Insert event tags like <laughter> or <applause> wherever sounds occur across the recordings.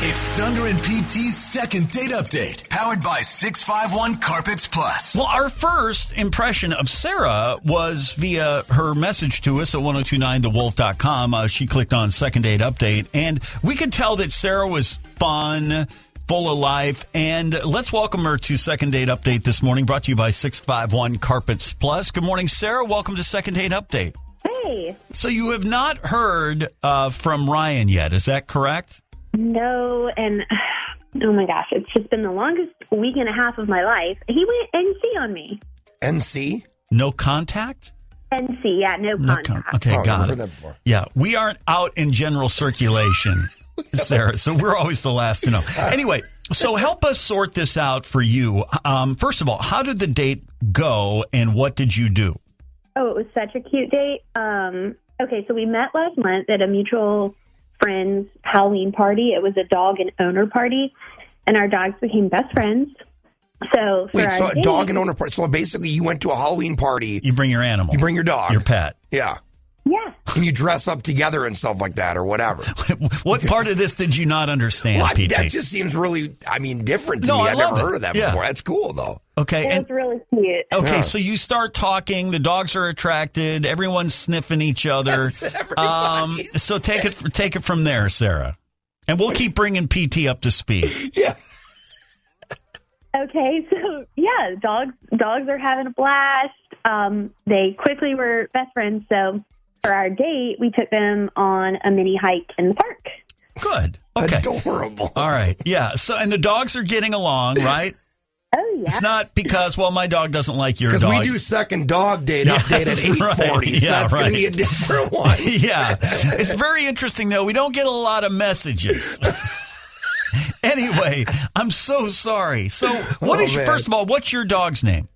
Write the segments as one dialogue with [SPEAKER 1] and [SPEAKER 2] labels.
[SPEAKER 1] It's Thunder and PT's second date update, powered by 651 Carpets Plus.
[SPEAKER 2] Well, our first impression of Sarah was via her message to us at 1029thewolf.com. Uh, she clicked on second date update, and we could tell that Sarah was fun, full of life. And let's welcome her to second date update this morning, brought to you by 651 Carpets Plus. Good morning, Sarah. Welcome to second date update.
[SPEAKER 3] Hey,
[SPEAKER 2] So, you have not heard uh, from Ryan yet, is that correct?
[SPEAKER 3] no, and oh my gosh, it's just been the longest week and a half of my life. He went NC on me.
[SPEAKER 4] NC?
[SPEAKER 2] No contact?
[SPEAKER 3] NC, yeah, no
[SPEAKER 2] No
[SPEAKER 3] contact.
[SPEAKER 2] con- okay,
[SPEAKER 4] Oh, I've
[SPEAKER 2] got
[SPEAKER 4] never
[SPEAKER 2] it.
[SPEAKER 4] heard that before.
[SPEAKER 2] Yeah, we aren't out in general
[SPEAKER 4] <laughs>
[SPEAKER 2] circulation, Sarah. So we're always the last to know. Anyway, so help us sort this out for you. Um, first of all, how did the date go, and what did you do?
[SPEAKER 3] Oh, it was such a cute date. Um, okay, so we met last month at a mutual friend's Halloween party. It was a dog and owner party, and our dogs became best friends. So, for
[SPEAKER 4] Wait,
[SPEAKER 3] our
[SPEAKER 4] so a
[SPEAKER 3] date-
[SPEAKER 4] dog and owner party. So basically, you went to a Halloween party.
[SPEAKER 2] You bring your animal.
[SPEAKER 4] You bring your dog.
[SPEAKER 2] your pet. <laughs>
[SPEAKER 4] yeah.
[SPEAKER 3] Yeah,
[SPEAKER 4] And you dress up together and stuff like that or
[SPEAKER 2] <laughs>
[SPEAKER 4] whatever.
[SPEAKER 2] What part of this did you not understand,
[SPEAKER 4] Well, I-
[SPEAKER 2] PT?
[SPEAKER 4] that just seems really, I mean, different to
[SPEAKER 2] No,
[SPEAKER 4] me.
[SPEAKER 2] I
[SPEAKER 4] I've
[SPEAKER 2] love
[SPEAKER 4] never
[SPEAKER 2] it.
[SPEAKER 4] heard of that
[SPEAKER 2] Yeah.
[SPEAKER 4] before. That's cool, though.
[SPEAKER 2] okay,
[SPEAKER 3] it
[SPEAKER 2] and
[SPEAKER 3] was really cute.
[SPEAKER 2] okay,
[SPEAKER 4] Yeah.
[SPEAKER 2] so you start talking. The dogs are attracted. Everyone's sniffing each other.
[SPEAKER 4] That's everybody.
[SPEAKER 2] Um, so take it take it from there, Sarah, and we'll keep bringing PT up to speed.
[SPEAKER 4] Yeah. <laughs>
[SPEAKER 3] Okay, <laughs> so yeah, dogs dogs are having a blast. Um, they quickly were best friends. So for our date, we took them on a mini hike in the park.
[SPEAKER 2] Good. Okay.
[SPEAKER 4] Adorable.
[SPEAKER 2] All right. Yeah. So, and the dogs are getting along,
[SPEAKER 4] <laughs>
[SPEAKER 2] right?
[SPEAKER 3] Oh yeah,
[SPEAKER 2] It's not because, well, my dog doesn't like your
[SPEAKER 4] Because
[SPEAKER 2] dog.
[SPEAKER 4] we
[SPEAKER 2] <laughs>
[SPEAKER 4] do second dog date
[SPEAKER 2] Yeah,
[SPEAKER 4] update at
[SPEAKER 2] that's <laughs>
[SPEAKER 4] 840.
[SPEAKER 2] right.
[SPEAKER 4] So
[SPEAKER 2] Yeah,
[SPEAKER 4] that's
[SPEAKER 2] right.
[SPEAKER 4] going to be a different one.
[SPEAKER 2] <laughs> yeah. It's very interesting, though. We don't get a lot of messages. <laughs> anyway, I'm so sorry. So, what
[SPEAKER 4] Oh,
[SPEAKER 2] is your-
[SPEAKER 4] man.
[SPEAKER 2] first of all, what's your dog's name?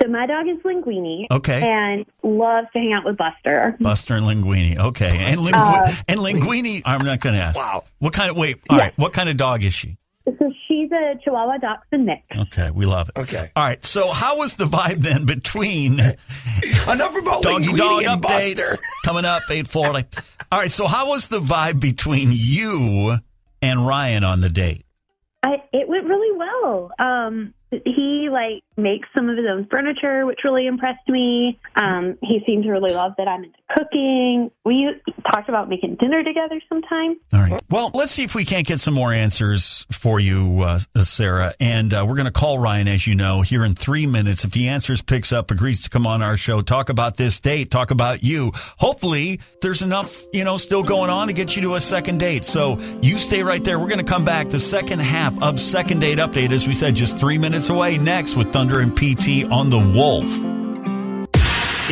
[SPEAKER 3] so my dog is Linguini.
[SPEAKER 2] Okay.
[SPEAKER 3] and loves to hang out with Buster.
[SPEAKER 2] Buster and Linguini. Okay. And, Lingu- and Linguini, I'm not going to ask.
[SPEAKER 4] Wow.
[SPEAKER 2] What kind of, wait, all right. What kind of dog is she?
[SPEAKER 3] So she's a Chihuahua Dachshund mix.
[SPEAKER 2] Okay. We love it.
[SPEAKER 4] Okay.
[SPEAKER 2] All right. So, how was the vibe then between.
[SPEAKER 4] <laughs> Enough about
[SPEAKER 2] Doggy
[SPEAKER 4] Linguini
[SPEAKER 2] dog
[SPEAKER 4] and
[SPEAKER 2] update
[SPEAKER 4] Buster.
[SPEAKER 2] <laughs> coming up eight forty. All right, so how was the vibe between you and Ryan on the date?
[SPEAKER 3] I, it went really well. Um, he like makes some of his own furniture, which really impressed me. Um, he seemed to really love that I'm into cooking. We talked about making dinner together sometime.
[SPEAKER 2] All right. Well, let's see if we can't get some more answers for you, uh, Sarah. And uh, we're going to call Ryan, as you know, here in three minutes. If he answers, picks up, agrees to come on our show, talk about this date, talk about you. Hopefully, there's enough, you know, still going on to get you to a second date. So you stay right there. We're going to come back the second half of Second Date Update, as we said, just three minutes away next with Thunder and PT on the Wolf.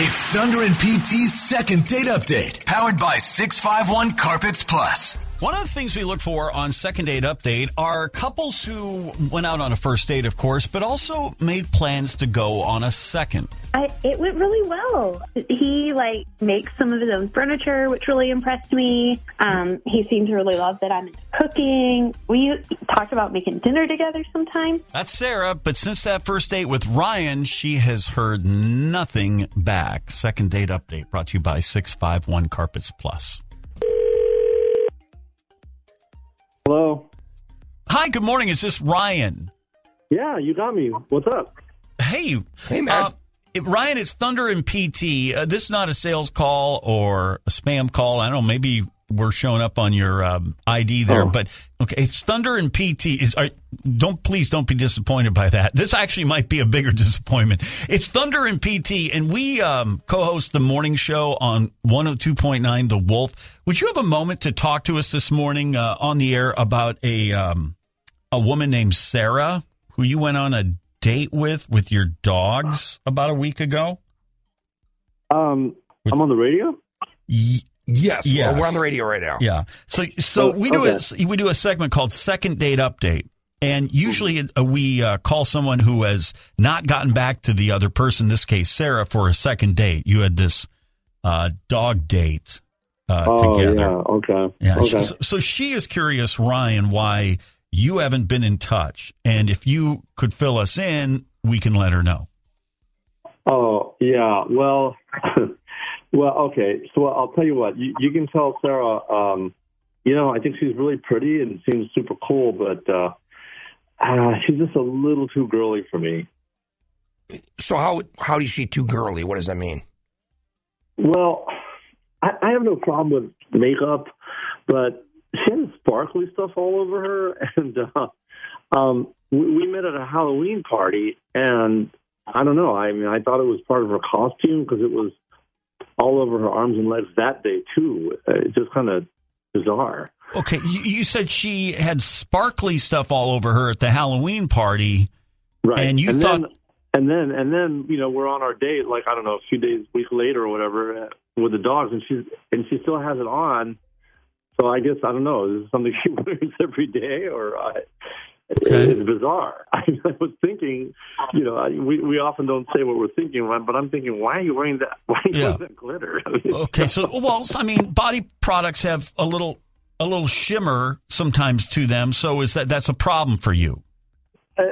[SPEAKER 1] It's Thunder and PT's second date update, powered by 651 Carpets Plus.
[SPEAKER 2] One of the things we look for on Second Date Update are couples who went out on a first date, of course, but also made plans to go on a second.
[SPEAKER 3] I, it went really well. He like makes some of his own furniture, which really impressed me. Um, he seemed to really love that I'm into cooking. We talked about making dinner together sometime.
[SPEAKER 2] That's Sarah, but since that first date with Ryan, she has heard nothing back. Second Date Update brought to you by 651 Carpets Plus.
[SPEAKER 5] Hello.
[SPEAKER 2] Hi, good morning. Is this Ryan?
[SPEAKER 5] Yeah, you got me. What's up?
[SPEAKER 2] Hey.
[SPEAKER 4] Hey, man.
[SPEAKER 2] uh, Ryan, it's Thunder and PT. Uh, this is not a sales call or a spam call. I don't know. Maybe we're showing up on your um, ID there,
[SPEAKER 5] Oh.
[SPEAKER 2] but okay, it's Thunder and PT. Is are, don't please don't be disappointed by that. This actually might be a bigger disappointment. It's Thunder and PT, and we um, co-host the morning show on one hundred two point nine The Wolf. Would you have a moment to talk to us this morning uh, on the air about a um, a woman named Sarah who you went on a date with with your dogs about a week ago?
[SPEAKER 5] Um, I'm on the radio.
[SPEAKER 2] Ye-
[SPEAKER 4] Yes.
[SPEAKER 2] Yes.
[SPEAKER 4] Well, we're on the radio right now.
[SPEAKER 2] Yeah. So so
[SPEAKER 5] Oh,
[SPEAKER 2] we do
[SPEAKER 5] okay.
[SPEAKER 2] a we do a segment called Second Date Update, and usually uh, we uh, call someone who has not gotten back to the other person. In this case, Sarah, for a second date. You had this uh, dog date uh,
[SPEAKER 5] oh
[SPEAKER 2] together.
[SPEAKER 5] yeah. Okay.
[SPEAKER 2] Yeah.
[SPEAKER 5] Okay.
[SPEAKER 2] So, so she is curious, Ryan, why you haven't been in touch, and if you could fill us in, we can let her know.
[SPEAKER 5] Oh yeah. Well. <laughs> well. Okay. So I'll tell you what. You, you can tell Sarah. Um, you know, I think she's really pretty and seems super cool, but uh, uh, she's just a little too girly for me.
[SPEAKER 4] So how how is she too girly? What does that mean?
[SPEAKER 5] Well, I, I have no problem with makeup, but she had sparkly stuff all over her, <laughs> and uh, um, we, we met at a Halloween party, and I don't know. I mean, I thought it was part of her costume because it was all over her arms and legs that day too. Uh, It's just kind of bizarre.
[SPEAKER 2] Okay, you, you said she had sparkly stuff all over her at the Halloween party.
[SPEAKER 5] Right.
[SPEAKER 2] And you
[SPEAKER 5] Then,
[SPEAKER 2] thought-
[SPEAKER 5] and then, and then, you know, we're on our date, like I don't know, a few days, week later, or whatever, uh, with the dogs, and she's and she still has it on. So I guess I don't know. Is this something <laughs> she wears every day, or uh,
[SPEAKER 2] Okay.
[SPEAKER 5] it's bizarre? <laughs> I, was thinking, you know, I, we we often don't say what we're thinking, but I'm thinking, why are you wearing that? Why are you
[SPEAKER 2] Yeah. Oh.
[SPEAKER 5] wearing that glitter? <laughs>
[SPEAKER 2] Okay, so well, I mean, body products have a little a little shimmer sometimes to them. So is that that's a problem for you?
[SPEAKER 5] Uh,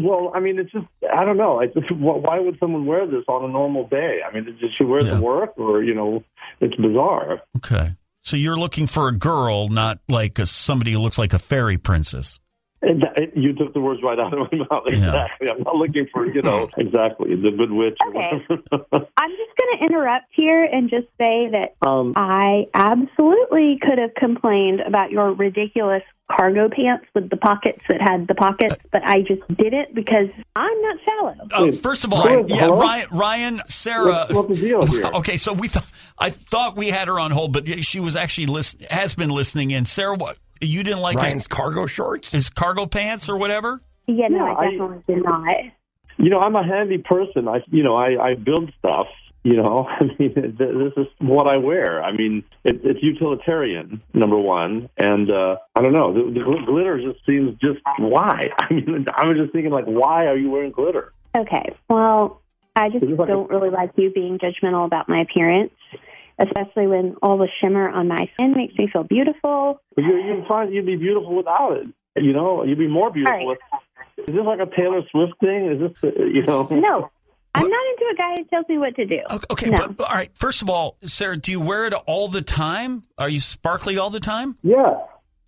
[SPEAKER 5] well, I mean, it's just I don't know. It's just, wh- why would someone wear this on a normal day? I mean, does she wear it
[SPEAKER 2] Yeah.
[SPEAKER 5] to work, or you know, it's bizarre.
[SPEAKER 2] Okay, so you're looking for a girl, not like a, somebody who looks like a fairy princess.
[SPEAKER 5] And that, it- you took the words right out of my <laughs> mouth.
[SPEAKER 2] Yeah.
[SPEAKER 5] Exactly. I'm not looking for
[SPEAKER 2] <laughs>
[SPEAKER 5] you know exactly the good witch. or
[SPEAKER 3] Okay.
[SPEAKER 5] whatever. <laughs>
[SPEAKER 3] I'm just going to interrupt here and just say that
[SPEAKER 5] um,
[SPEAKER 3] I absolutely could have complained about your ridiculous cargo pants with the pockets that had the pockets, but I just didn't because I'm not shallow.
[SPEAKER 2] Uh, first of all,
[SPEAKER 5] Ryan,
[SPEAKER 2] yeah,
[SPEAKER 5] hello?
[SPEAKER 2] Ryan, Ryan, Sarah.
[SPEAKER 5] What's- what's
[SPEAKER 2] <laughs>
[SPEAKER 5] the deal here?
[SPEAKER 2] Okay, so we thought I thought we had her on hold, but she was actually list- has been listening. in. Sarah, what you didn't like his,
[SPEAKER 4] Ryan's cargo shorts?
[SPEAKER 2] his cargo pants or whatever?
[SPEAKER 3] Yeah, no,
[SPEAKER 5] Yeah,
[SPEAKER 3] I
[SPEAKER 5] I-
[SPEAKER 3] definitely did not.
[SPEAKER 5] you know, I'm a handy person. I, you know, I, I build stuff. You know, <laughs> I mean, th- this is what I wear. I mean, it, it's utilitarian, number one, and uh, I don't know. The, the gl- glitter just seems just why. <laughs> I mean, I was just thinking like, why are you wearing glitter?
[SPEAKER 3] Okay, well, I just
[SPEAKER 5] Is this like a-
[SPEAKER 3] don't really like you being judgmental about my appearance, especially when all the shimmer on my skin makes me feel beautiful.
[SPEAKER 5] You, you find you'd be beautiful without it. You know, you'd be more beautiful.
[SPEAKER 3] All
[SPEAKER 5] Is this like a Taylor Swift thing? Is this, uh, you know?
[SPEAKER 3] No, I'm not into a guy who tells me what to do.
[SPEAKER 2] Okay, okay
[SPEAKER 3] No.
[SPEAKER 2] but, but all right. First of all, Sarah, do you wear it all the time? Are you sparkly all the time?
[SPEAKER 5] Yeah.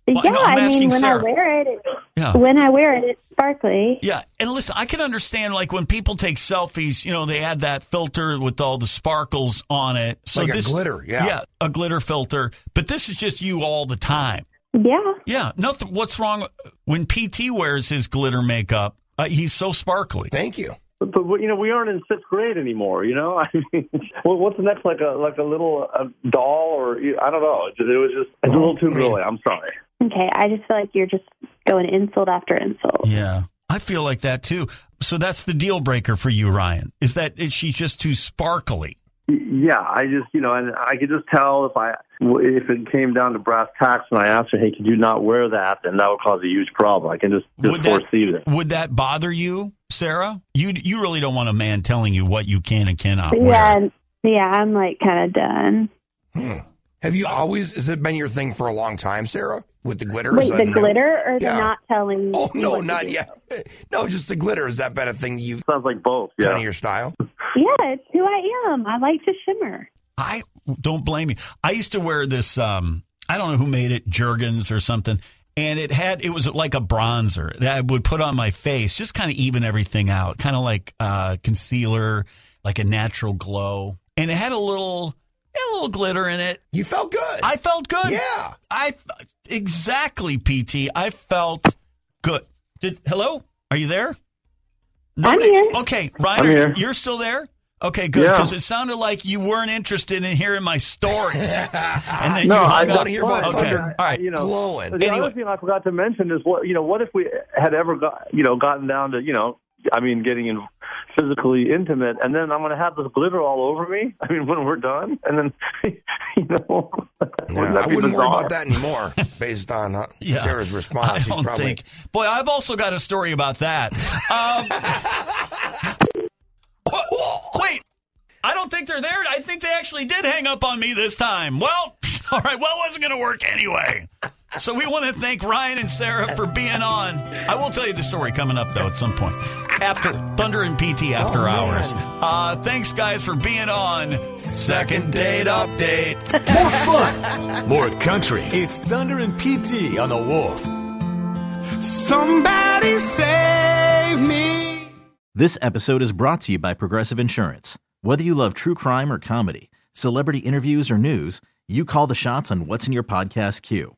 [SPEAKER 3] Yeah,
[SPEAKER 2] Well, no, I'm
[SPEAKER 3] I
[SPEAKER 2] asking
[SPEAKER 3] mean, when
[SPEAKER 2] Sarah.
[SPEAKER 3] I wear it, it
[SPEAKER 2] Yeah.
[SPEAKER 3] when I wear it, it's sparkly.
[SPEAKER 2] Yeah, and listen, I can understand like when people take selfies, you know, they add that filter with all the sparkles on it. So
[SPEAKER 4] Like a
[SPEAKER 2] this,
[SPEAKER 4] glitter, yeah.
[SPEAKER 2] yeah, a glitter filter. But this is just you all the time.
[SPEAKER 3] Yeah.
[SPEAKER 2] Yeah, nothing. What's wrong when PT wears his glitter makeup? Uh, he's so sparkly.
[SPEAKER 4] Thank you.
[SPEAKER 5] But, but you know, we aren't in sixth grade anymore. You know, <laughs> I mean, what- what's next? Like a like a little uh doll, or you- I don't know. It was just it's a little too girly. I'm sorry.
[SPEAKER 3] Okay. I just feel like you're just going insult after insult.
[SPEAKER 2] Yeah, I feel like that too. So that's the deal breaker for you, Ryan. Is that is she's just too sparkly?
[SPEAKER 5] Y- Yeah, I just you know, and I could just tell if I if it came down to brass tacks, and I asked her, hey, could you not wear that? Then that would cause a huge problem. I can just just
[SPEAKER 2] Would that-
[SPEAKER 5] foresee that.
[SPEAKER 2] Would that bother you, Sarah? You you really don't want a man telling you what you can and cannot
[SPEAKER 3] Yeah.
[SPEAKER 2] wear.
[SPEAKER 3] and- Yeah. I'm like kind of done.
[SPEAKER 4] Have you always has it been your thing for a long time, Sarah? With the glitter?
[SPEAKER 3] Wait,
[SPEAKER 4] Is that
[SPEAKER 3] the
[SPEAKER 4] new?
[SPEAKER 3] glitter or
[SPEAKER 4] Yeah.
[SPEAKER 3] the not telling?
[SPEAKER 4] Oh
[SPEAKER 3] you
[SPEAKER 4] no,
[SPEAKER 3] what to
[SPEAKER 4] not
[SPEAKER 3] do?
[SPEAKER 4] yet. No, just the glitter. Has that been a thing that you've
[SPEAKER 5] Sounds like both.
[SPEAKER 4] done in
[SPEAKER 5] Yeah.
[SPEAKER 4] your style?
[SPEAKER 3] Yeah, it's who I am. I like to shimmer.
[SPEAKER 2] I don't blame you. I used to wear this. Um, I don't know who made it, Jergens or something, and it had it was like a bronzer that I would put on my face, just kind of even everything out, kind of like uh, concealer, like a natural glow, and it had a little a little glitter in it.
[SPEAKER 4] You felt good.
[SPEAKER 2] I felt good.
[SPEAKER 4] yeah.
[SPEAKER 2] I exactly PT. I felt good. Did hello? Are you there? Nobody-
[SPEAKER 3] here.
[SPEAKER 2] Okay, Ryan,
[SPEAKER 5] I'm here.
[SPEAKER 2] you're still there. Okay, good.
[SPEAKER 5] Yeah.
[SPEAKER 2] Because it sounded like you weren't interested in hearing my
[SPEAKER 5] <laughs>
[SPEAKER 2] story. and then
[SPEAKER 5] No,
[SPEAKER 2] you
[SPEAKER 5] I
[SPEAKER 2] hung
[SPEAKER 5] wanna
[SPEAKER 2] up.
[SPEAKER 4] hear about
[SPEAKER 2] Okay,
[SPEAKER 4] Thunder.
[SPEAKER 2] all right.
[SPEAKER 5] You know,
[SPEAKER 4] Glowing.
[SPEAKER 5] The
[SPEAKER 2] Anyway.
[SPEAKER 5] other thing I forgot to mention is what you know. What if we had ever got you know gotten down to you know I mean getting in physically intimate, and then I'm going to have this glitter all over me. I mean when we're done, and then <laughs> you know
[SPEAKER 4] Yeah,
[SPEAKER 5] wouldn't that
[SPEAKER 4] I
[SPEAKER 5] be
[SPEAKER 4] wouldn't worry
[SPEAKER 5] bizarre?
[SPEAKER 4] about that anymore based on uh,
[SPEAKER 2] <laughs> Yeah.
[SPEAKER 4] Sarah's response.
[SPEAKER 2] I
[SPEAKER 4] She's
[SPEAKER 2] don't
[SPEAKER 4] probably,
[SPEAKER 2] think. Boy, I've also got a story about that. Um, <laughs> wait, I don't think they're there. I think they actually did hang up on me this time. Well, <laughs> all right. Well, it wasn't going to work anyway. So we want to thank Ryan and Sarah for being on. I will tell you the story coming up though at some point after Thunder and PT after
[SPEAKER 4] Oh, man.
[SPEAKER 2] hours. Uh, thanks guys for being on Second Date Update.
[SPEAKER 1] More fun, <laughs> more country. It's Thunder and PT on the Wolf. Somebody save me.
[SPEAKER 6] This episode is brought to you by Progressive Insurance. Whether you love true crime or comedy, celebrity interviews or news, you call the shots on what's in your podcast queue.